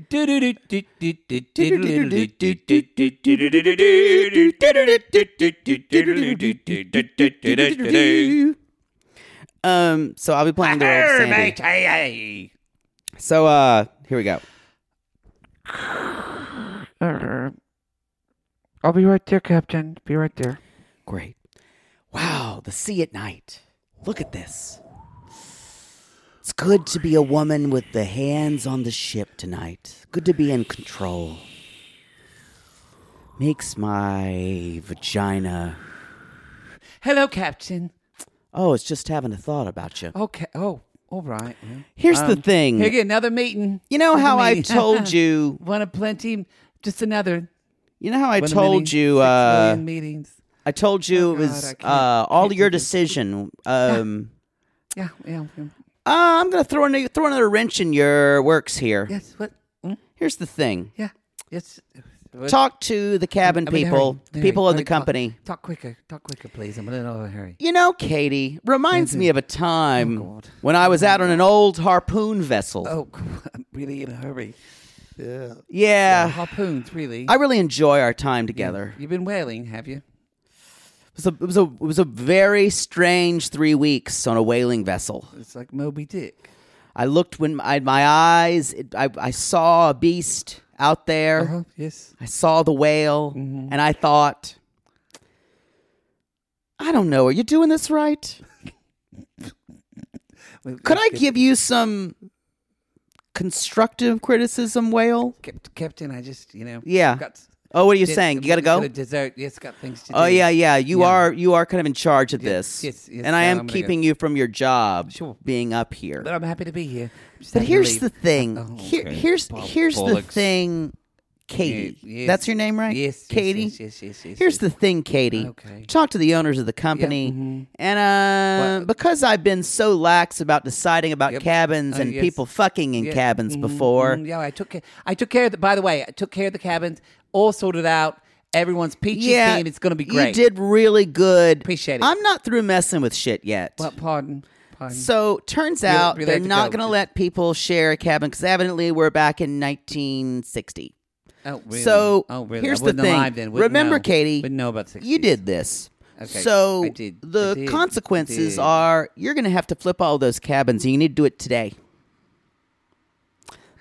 Um, so I'll be playing the role of Sandy. So, uh, here we go.
I'll be right there, Captain. Be right there.
Great. Wow, the sea at night. Look at this. It's good to be a woman with the hands on the ship tonight. Good to be in control. Makes my vagina.
Hello, Captain.
Oh, it's just having a thought about you.
Okay. Oh, all right. yeah.
Here's the thing.
Here, get another meeting.
You know how
Another
I
meeting.
told you-
One of plenty. Just another.
You know how I
One of
told
many,
you.
six
Uh,
million meetings.
I told you
Oh, God,
it
I
was
can't-
uh, all
can't do
your
this.
decision. Um,
Yeah, yeah, yeah.
uh, I'm gonna throw another, throw another wrench in your works here.
Yes. What? Mm,
Here's the thing.
Yeah. Yes. What-
Talk to the cabin
I'm in a hurry,
people,
in a
people
hurry,
in the
hurry, talk-
company.
Talk, quicker. Talk quicker, please. I'm in a little hurry.
You know, Katie, reminds me of a time
Mm-hmm. Oh, God.
when I was out on an old harpoon vessel.
Oh, I'm really in a hurry.
yeah.
Harpoons, really.
Uh, I really enjoy our time together.
You've been whaling, have you?
It, was a, it, was a, it was a very strange three weeks on a whaling vessel.
It's like Moby Dick.
I looked when I, my eyes, it, I, I saw a beast out there.
Uh-huh. Yes.
I saw the whale,
Mm-hmm.
and I thought, I don't know, are you doing this
uh,
right? Could I give you some constructive criticism whale?
Cap- Captain, I just, you know.
Yeah.
Got,
Oh, what are you
did-
saying? You gotta go?
got a dessert. Yes, got things to do.
Oh yeah, yeah. You
Yeah.
are you are kind of in charge of this,
yes, yes,
and I
no,
am
I'm gonna go.
keeping you from your job
Sure.
being up here.
But I'm happy to be here. I'm just
But
having to
here's
leave.
the thing.
Oh,
Here,
okay.
here's
Bo-
here's the
bollocks.
thing, Katie.
Yeah, yes.
That's your name, right?
Yes, yes,
Katie.
yes, yes, yes, yes,
here's
yes.
the thing, Katie.
Okay. mm-hmm.
Talk to the owners of the company, and uh,
What?
because I've been so lax about deciding about
Yep.
cabins
Oh,
and
yes.
people fucking in
Yeah.
cabins
Mhm,
before,
mhm. yeah, I took care. I took care of the. By the way, I took care of the cabins. All sorted out. Everyone's peachy
yeah,
keen. It's going to be great.
You did really good.
Appreciate it.
I'm not through messing with shit yet.
Well, pardon. Pardon.
So turns
Relate-
out
relate
they're
to
not
go.
going to let people share a cabin because evidently we're back in 1960.
oh, really?
So
oh, really? I
here's the
wouldn't
thing.
Alive then. Wouldn't
Remember,
know.
Katie,
Wouldn't know about 60s.
you did this.
Okay,
So
I did, I
the
did, I
consequences
did.
are you're going to have to flip all those cabins, and you need to do it today.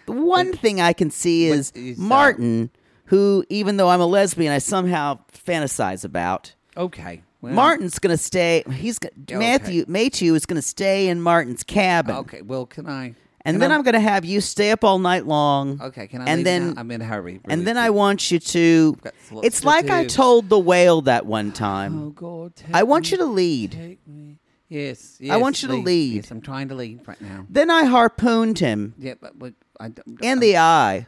The one thing I can see
what
is,
is uh, that?
Martin, who even though I'm a lesbian, I somehow fantasize about.
Okay. Well,
Martin's going to stay. He's gonna,
Okay.
Matthew Matthew is going to stay in Martin's cabin.
Okay. Well, can I?
And
can
then
I-
I'm going to have you stay up all night long.
Okay. Can I?
And
leave
then
now? I'm in a hurry. really
and then I
quick.
want you to.
got lots
It's
to
like I
do.
told the whale that one time.
Oh God. Take
I want you
me,
to lead.
Take me. Yes, yes.
I want you to lead.
Yes, I'm trying to lead right now.
Then I harpooned him
Yeah, but, but I don't.
in the eye,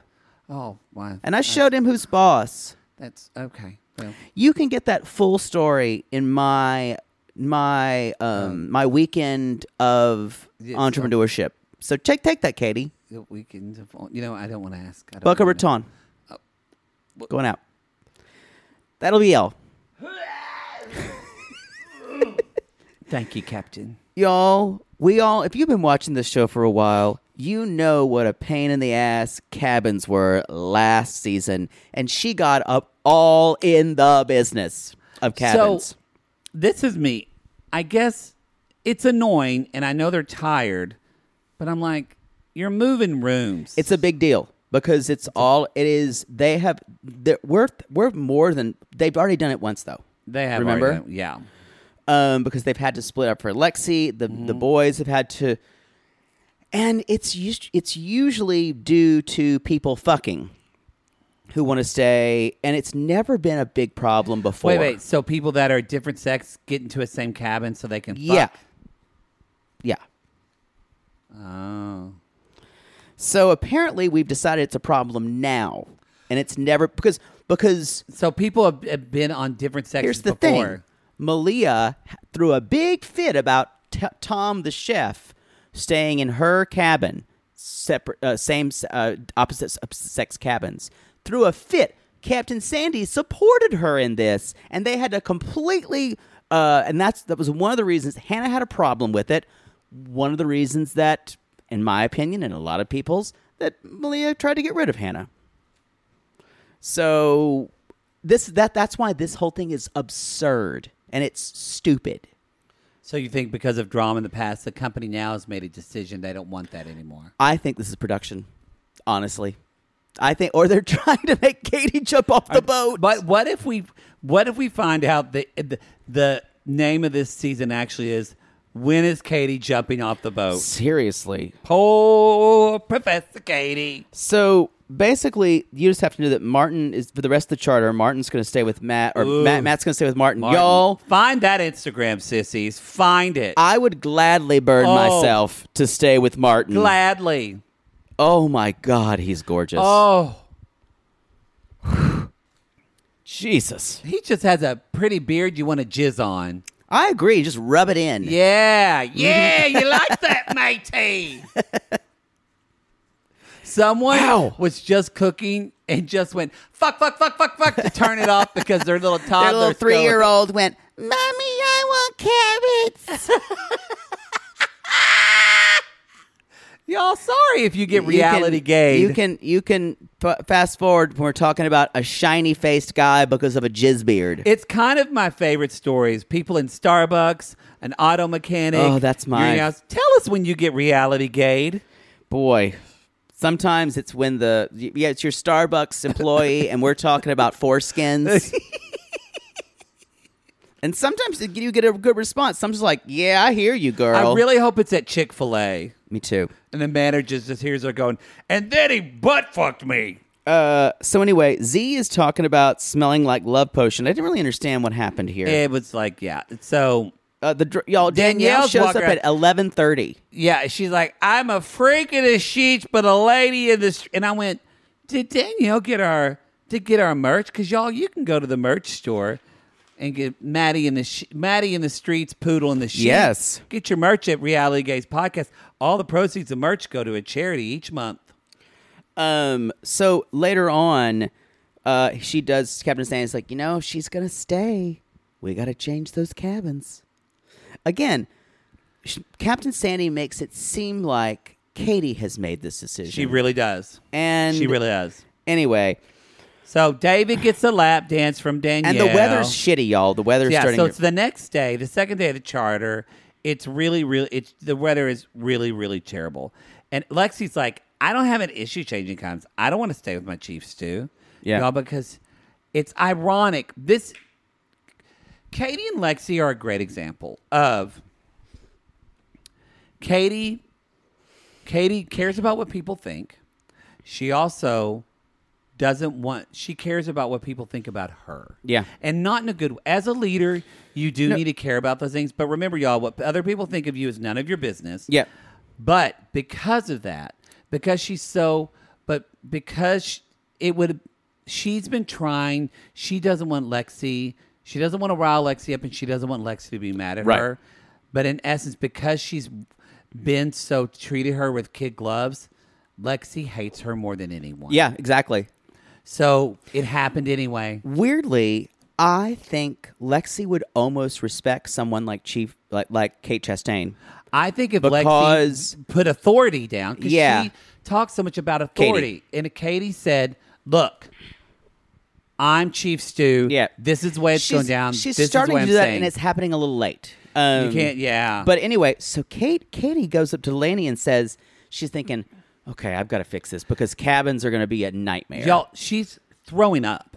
oh, wow.
and I showed him who's boss.
That's okay. Well,
You can get that full story in my my um my weekend of
Uh-huh. Yes, um,
entrepreneurship. So take take that, Katie.
the weekend of you know, I don't want to ask. I don't
Boca
wanna know.
Raton.
Oh,
Going out. That'll be all.
Thank you, Captain.
Y'all, we all, if you've been watching this show for a while, you know what a pain in the ass cabins were last season. And she got up all in the business of cabins.
So this is me. I guess it's annoying, and I know they're tired, but I'm like, you're moving rooms.
it's a big deal because it's all, it is, they have, they're, we're, we're more than, they've already done it once though.
they have
remember?
already done- yeah.
um, because they've had to split up for Lexi. The
Mm-hmm.
the boys have had to, and it's us- it's usually due to people fucking who want to stay, and it's never been a big problem before.
Wait, wait. So people that are different sex get into a same cabin so they can. Fuck?
yeah, yeah.
Oh.
So apparently, we've decided it's a problem now, and it's never because because
So people have, have been on different sections
Here's the
before.
thing. Malia h- threw a big fit about t- Tom the chef staying in her cabin, separate, uh, same, s- uh, opposite s- sex cabins. Threw a fit. Captain Sandy supported her in this, and they had to completely. Uh, and that's that was one of the reasons Hannah had a problem with it. One of the reasons that, in my opinion, and a lot of people's, that Malia tried to get rid of Hannah. So this that that's why this whole thing is absurd and it's stupid.
So you think because of drama in the past, the company now has made a decision they don't want that anymore.
I think this is production, honestly. I think, or they're trying to make Katie jump off the boat.
But what if we what if we find out the the, the name of this season actually is when is Katie jumping off the boat?
seriously,
Poor Professor Katie.
so basically, you just have to know that Martin is for the rest of the charter. Martin's going to stay with Matt, or Matt, Matt's going to stay with Martin.
Martin,
Y'all,
find that Instagram, sissies. Find it
I would gladly burn
Oh.
myself to stay with Martin.
gladly.
oh my God, he's gorgeous.
Oh,
Jesus,
he just has a pretty beard you want to jizz on.
I agree. Just rub it in.
Yeah,
Mm-hmm.
yeah, you like that, matey. Someone
Wow.
was just cooking and just went fuck, fuck, fuck, fuck, fuck to turn it off because their little toddler,
Their little three year old went, Mommy, I want carrots.
Y'all, sorry if you get
You can-
reality gay.
You can you can f- fast forward when we're talking about a shiny faced guy because of a jizz beard.
It's kind of my favorite stories. People in Starbucks, an auto mechanic.
Oh, that's
your
mine.
house. Tell us when you get reality gayed.
Boy. Sometimes it's when the yeah, it's your Starbucks employee and we're talking about foreskins. and sometimes you get a good response. Sometimes like, yeah, I hear you, girl.
I really hope it's at Chick Fil A.
Me too.
And the manager just hears her going, and then he butt fucked me.
Uh, so anyway, Z is talking about smelling like love potion. I didn't really understand what happened here.
It was like, yeah. So
uh, the dr- y'all Danielle
Danielle's
shows
walking
up at eleven thirty.
yeah, she's like, I'm a freak in the sheets, but a lady in this. And I went, did Danielle get our did get our merch? Because y'all, you can go to the merch store and get Maddie in the sh- Maddie in the streets, poodle in the sheets.
Yes.
get your merch at Reality Gaze Podcast. All the proceeds of merch go to a charity each month.
Um, so later on, uh, she does. Captain Stanley's like, you know, she's gonna stay. We gotta change those cabins. Again, sh- Captain Sandy makes it seem like Katie has made this decision.
She really does.
and
she really does.
anyway.
So David gets a lap dance from Danielle.
And the weather's shitty, y'all. The weather's
yeah,
starting.
so
to-
it's the next day, the second day of the charter. It's really, really. It's the weather is really, really terrible. And Lexi's like, I don't have an issue changing times. I don't want to stay with my Chiefs too,
Yeah.
y'all, because it's ironic. This Katie and Lexi are a great example of Katie. Katie cares about what people think. She also doesn't want. She cares about what people think about her.
Yeah.
and not in a good. As a leader, you do need to care about those things. But remember, y'all, what other people think of you is none of your business.
Yeah.
But because of that, because she's so, but because sh it would, she's been trying. She doesn't want Lexi. She doesn't want to rile Lexi up, and she doesn't want Lexi to be mad at
Right.
her. But in essence, because she's been so treated her with kid gloves, Lexi hates her more than anyone.
yeah, exactly.
So it happened anyway.
Weirdly, I think Lexi would almost respect someone like Chief, like like Kate Chastain.
I think if
Because-
Lexi put authority down, because
Yeah.
she talks so much about authority, and Katie said, "Look, I'm Chief Stew.
Yeah,
this is the way it's
she's,
going down.
She's
this is
starting
what
to
I'm
do that,
saying.
and it's happening a little late. Um,
you can't, yeah.
But anyway, so Kate, Katie goes up to Lanny and says she's thinking, "Okay, I've got to fix this because cabins are going to be a nightmare."
y'all, she's throwing up.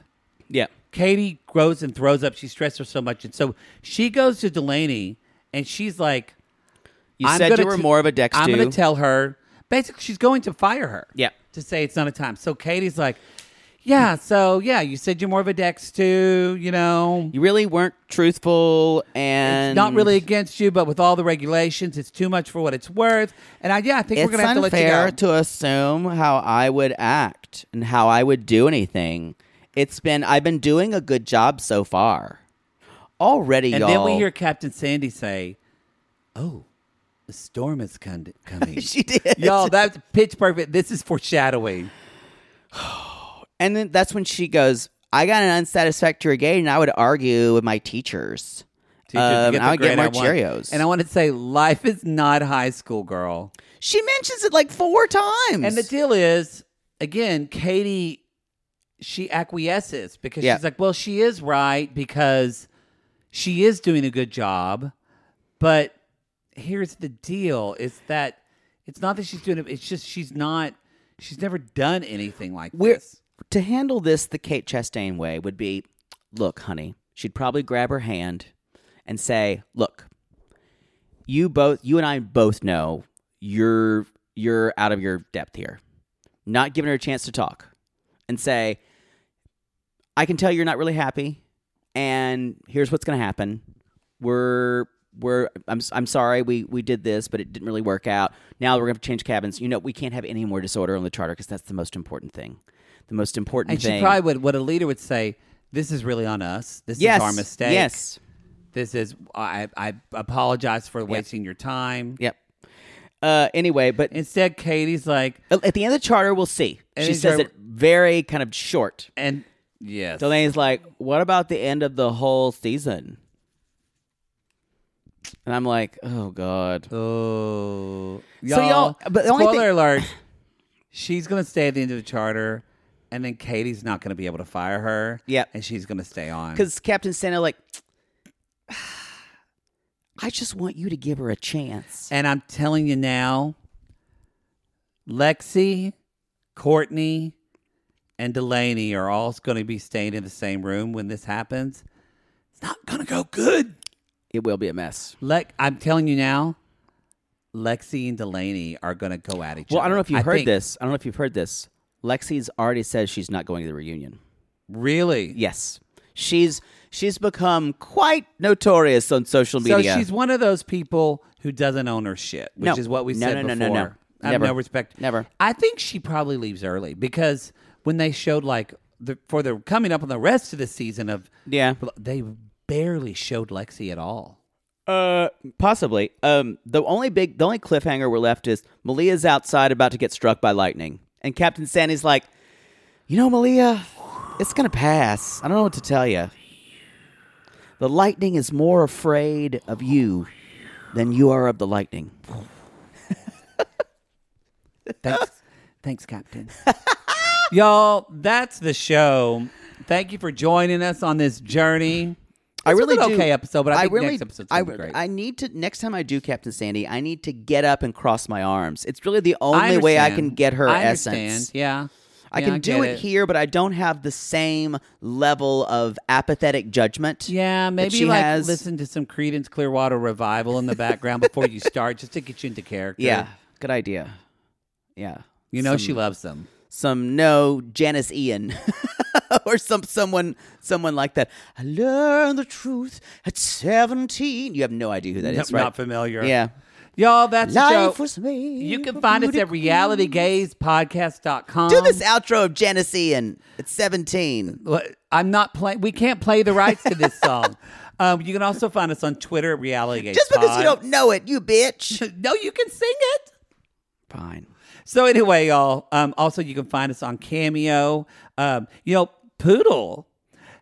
yeah,
Katie grows and throws up. She stressed her so much, and so she goes to Delaney, and she's like,
you
I'm
said
gonna
you were
t-
more of a Dex.
I'm
dude.
going to tell her. Basically, she's going to fire her.
Yeah.
To say it's not a time. So Katie's like, yeah, so yeah, you said you're more of a Dex too, you know.
you really weren't truthful, and
It's not really against you, but with all the regulations, it's too much for what it's worth. And I, yeah, I think
It's
we're going to have to let you
unfair
go.
to assume how I would act and how I would do anything. It's been I've been doing a good job so far. Already,
and
y'all.
then we hear Captain Sandy say, oh, the storm is con- coming.
she did.
Y'all, that's pitch perfect. This is foreshadowing.
And then that's when she goes, I got an unsatisfactory grade, and I would argue with my teachers.
Teacher, to
Um,
get the
I would get
grade I
more
want.
Cheerios.
And I want to say, life is not high school, girl.
she mentions it like four times.
And the deal is, again, Katie, she acquiesces because
Yeah.
she's like, well, she is right because she is doing a good job. But here's the deal is that it's not that she's doing it, it's just she's not, she's never done anything like
We're,
this.
to handle this the Kate Chastain way would be look, honey, she'd probably grab her hand and say, look, you both, you and I both know you're you're out of your depth here. Not giving her a chance to talk and say, I can tell you're not really happy, and here's what's going to happen. We're we're I'm I'm sorry we we did this, but it didn't really work out. Now we're going to change cabins. You know, we can't have any more disorder on the charter because that's the most important thing. The most important
And
thing.
she probably would, what a leader would say, this is really on us. This
yes,
is our mistake.
Yes.
This is, I, I apologize for wasting your time.
Yep. Uh, anyway, but uh,
Instead, Katie's like,
at the end of the charter, we'll see.
And
She
is
says
there-
it very kind of short.
and yes.
Delane's like, "What about the end of the whole season?" And I'm like, "Oh God."
Oh, y'all,
So y'all- but
but
the only
spoiler
thing-
alert: she's gonna stay at the end of the charter, and then Katie's not gonna be able to fire her.
Yep.
and she's gonna stay on
because Captain Santa like, I just want you to give her a chance.
And I'm telling you now, Lexi, Courtney, and Delaney are all gonna be staying in the same room when this happens. It's not gonna go good.
It will be a mess.
Like I'm telling you now, Lexi and Delaney are going to go at each
Well,
other.
I don't know if you heard
think-
this. I don't know if you've heard this. Lexi's already said she's not going to the reunion.
Really?
Yes. She's she's become quite notorious on social media.
So she's one of those people who doesn't own her shit, which
No.
is what we
No,
said
no, no, no,
before.
no.
I have
Never.
no respect.
Never.
I think she probably leaves early because when they showed like the, for the coming up on the rest of the season of
Yeah.
they barely showed Lexi at all.
Uh, possibly. Um, the only big, the only cliffhanger we're left is Malia's outside about to get struck by lightning, and Captain Sandy's like, "You know, Malia, it's gonna pass. I don't know what to tell you. The lightning is more afraid of you than you are of the lightning."
Thanks, thanks, Captain. Y'all, that's the show. Thank you for joining us on this journey.
I
It's
really
been an
do.
okay episode, but I, think
really,
next episode's
I,
gonna be great.
I need to next time I do Captain Sandy, I need to get up and cross my arms. It's really the only way I can
understand.
get her
I
essence.
understand. Yeah,
I
Yeah,
can do
get
it, here, but I don't have the same level of apathetic judgment.
Yeah,
that
maybe
she
like
has.
listen to some Credence Clearwater Revival in the background before you start, just to get you into character.
Yeah, good idea. Yeah,
you know she loves them.
some no Janice Ian or some someone someone like that. I learned the truth at seventeen. You have no idea who that is,
No,
right?
Not familiar.
Yeah.
y'all, that's the show.
Life was made
You can
for
find us at
beauty
realitygazepodcast.com.
Do this outro of Janice Ian at seventeen.
What- I'm not playing. We can't play the rights to this song. Um, you can also find us on Twitter at Reality Gaze
Just because you
Pod.
don't know it, you bitch.
No, you can sing it.
Fine.
So anyway, y'all. Um, also, you can find us on Cameo. Um, you know, Poodle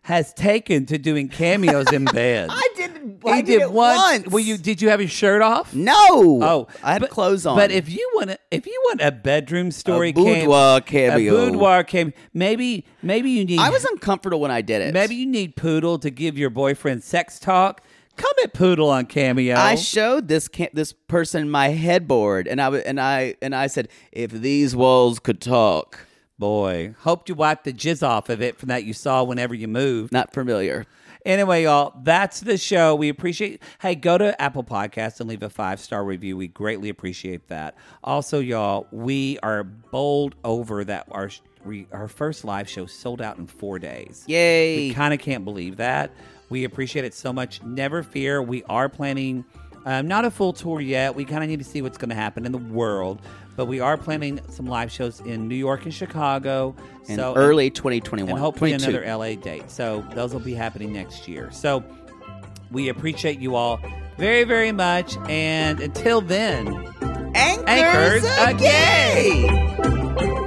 has taken to doing cameos in bed.
I did.
He
I did, it
one-
once.
Well, you did you have your shirt off?
No.
Oh,
I had
but-
clothes on.
But if you want, a, if you want a bedroom story,
A boudoir cameo.
a boudoir cameo, maybe maybe you need.
I was uncomfortable when I did it.
Maybe you need Poodle to give your boyfriend sex talk. Come at Poodle on Cameo.
I showed this ca- this person my headboard, and I w- and I and I said, if these walls could talk,
Boy, hope you wiped the jizz off of it from that you saw whenever you moved.
not familiar.
Anyway, y'all, that's the show. We appreciate. Hey, go to Apple Podcasts and leave a five star review. We greatly appreciate that. Also, y'all, we are bowled over that our we, our first live show sold out in four days.
Yay!
We kind of can't believe that. We appreciate it so much. Never fear, we are planning um, not a full tour yet. We kind of need to see what's going to happen in the world, but we are planning some live shows in New York and Chicago.
In
so
early 2021,
and hopefully
22.
another LA date. So those will be happening next year. So we appreciate you all very, very much. And until then,
Anchors,
Anchors
again.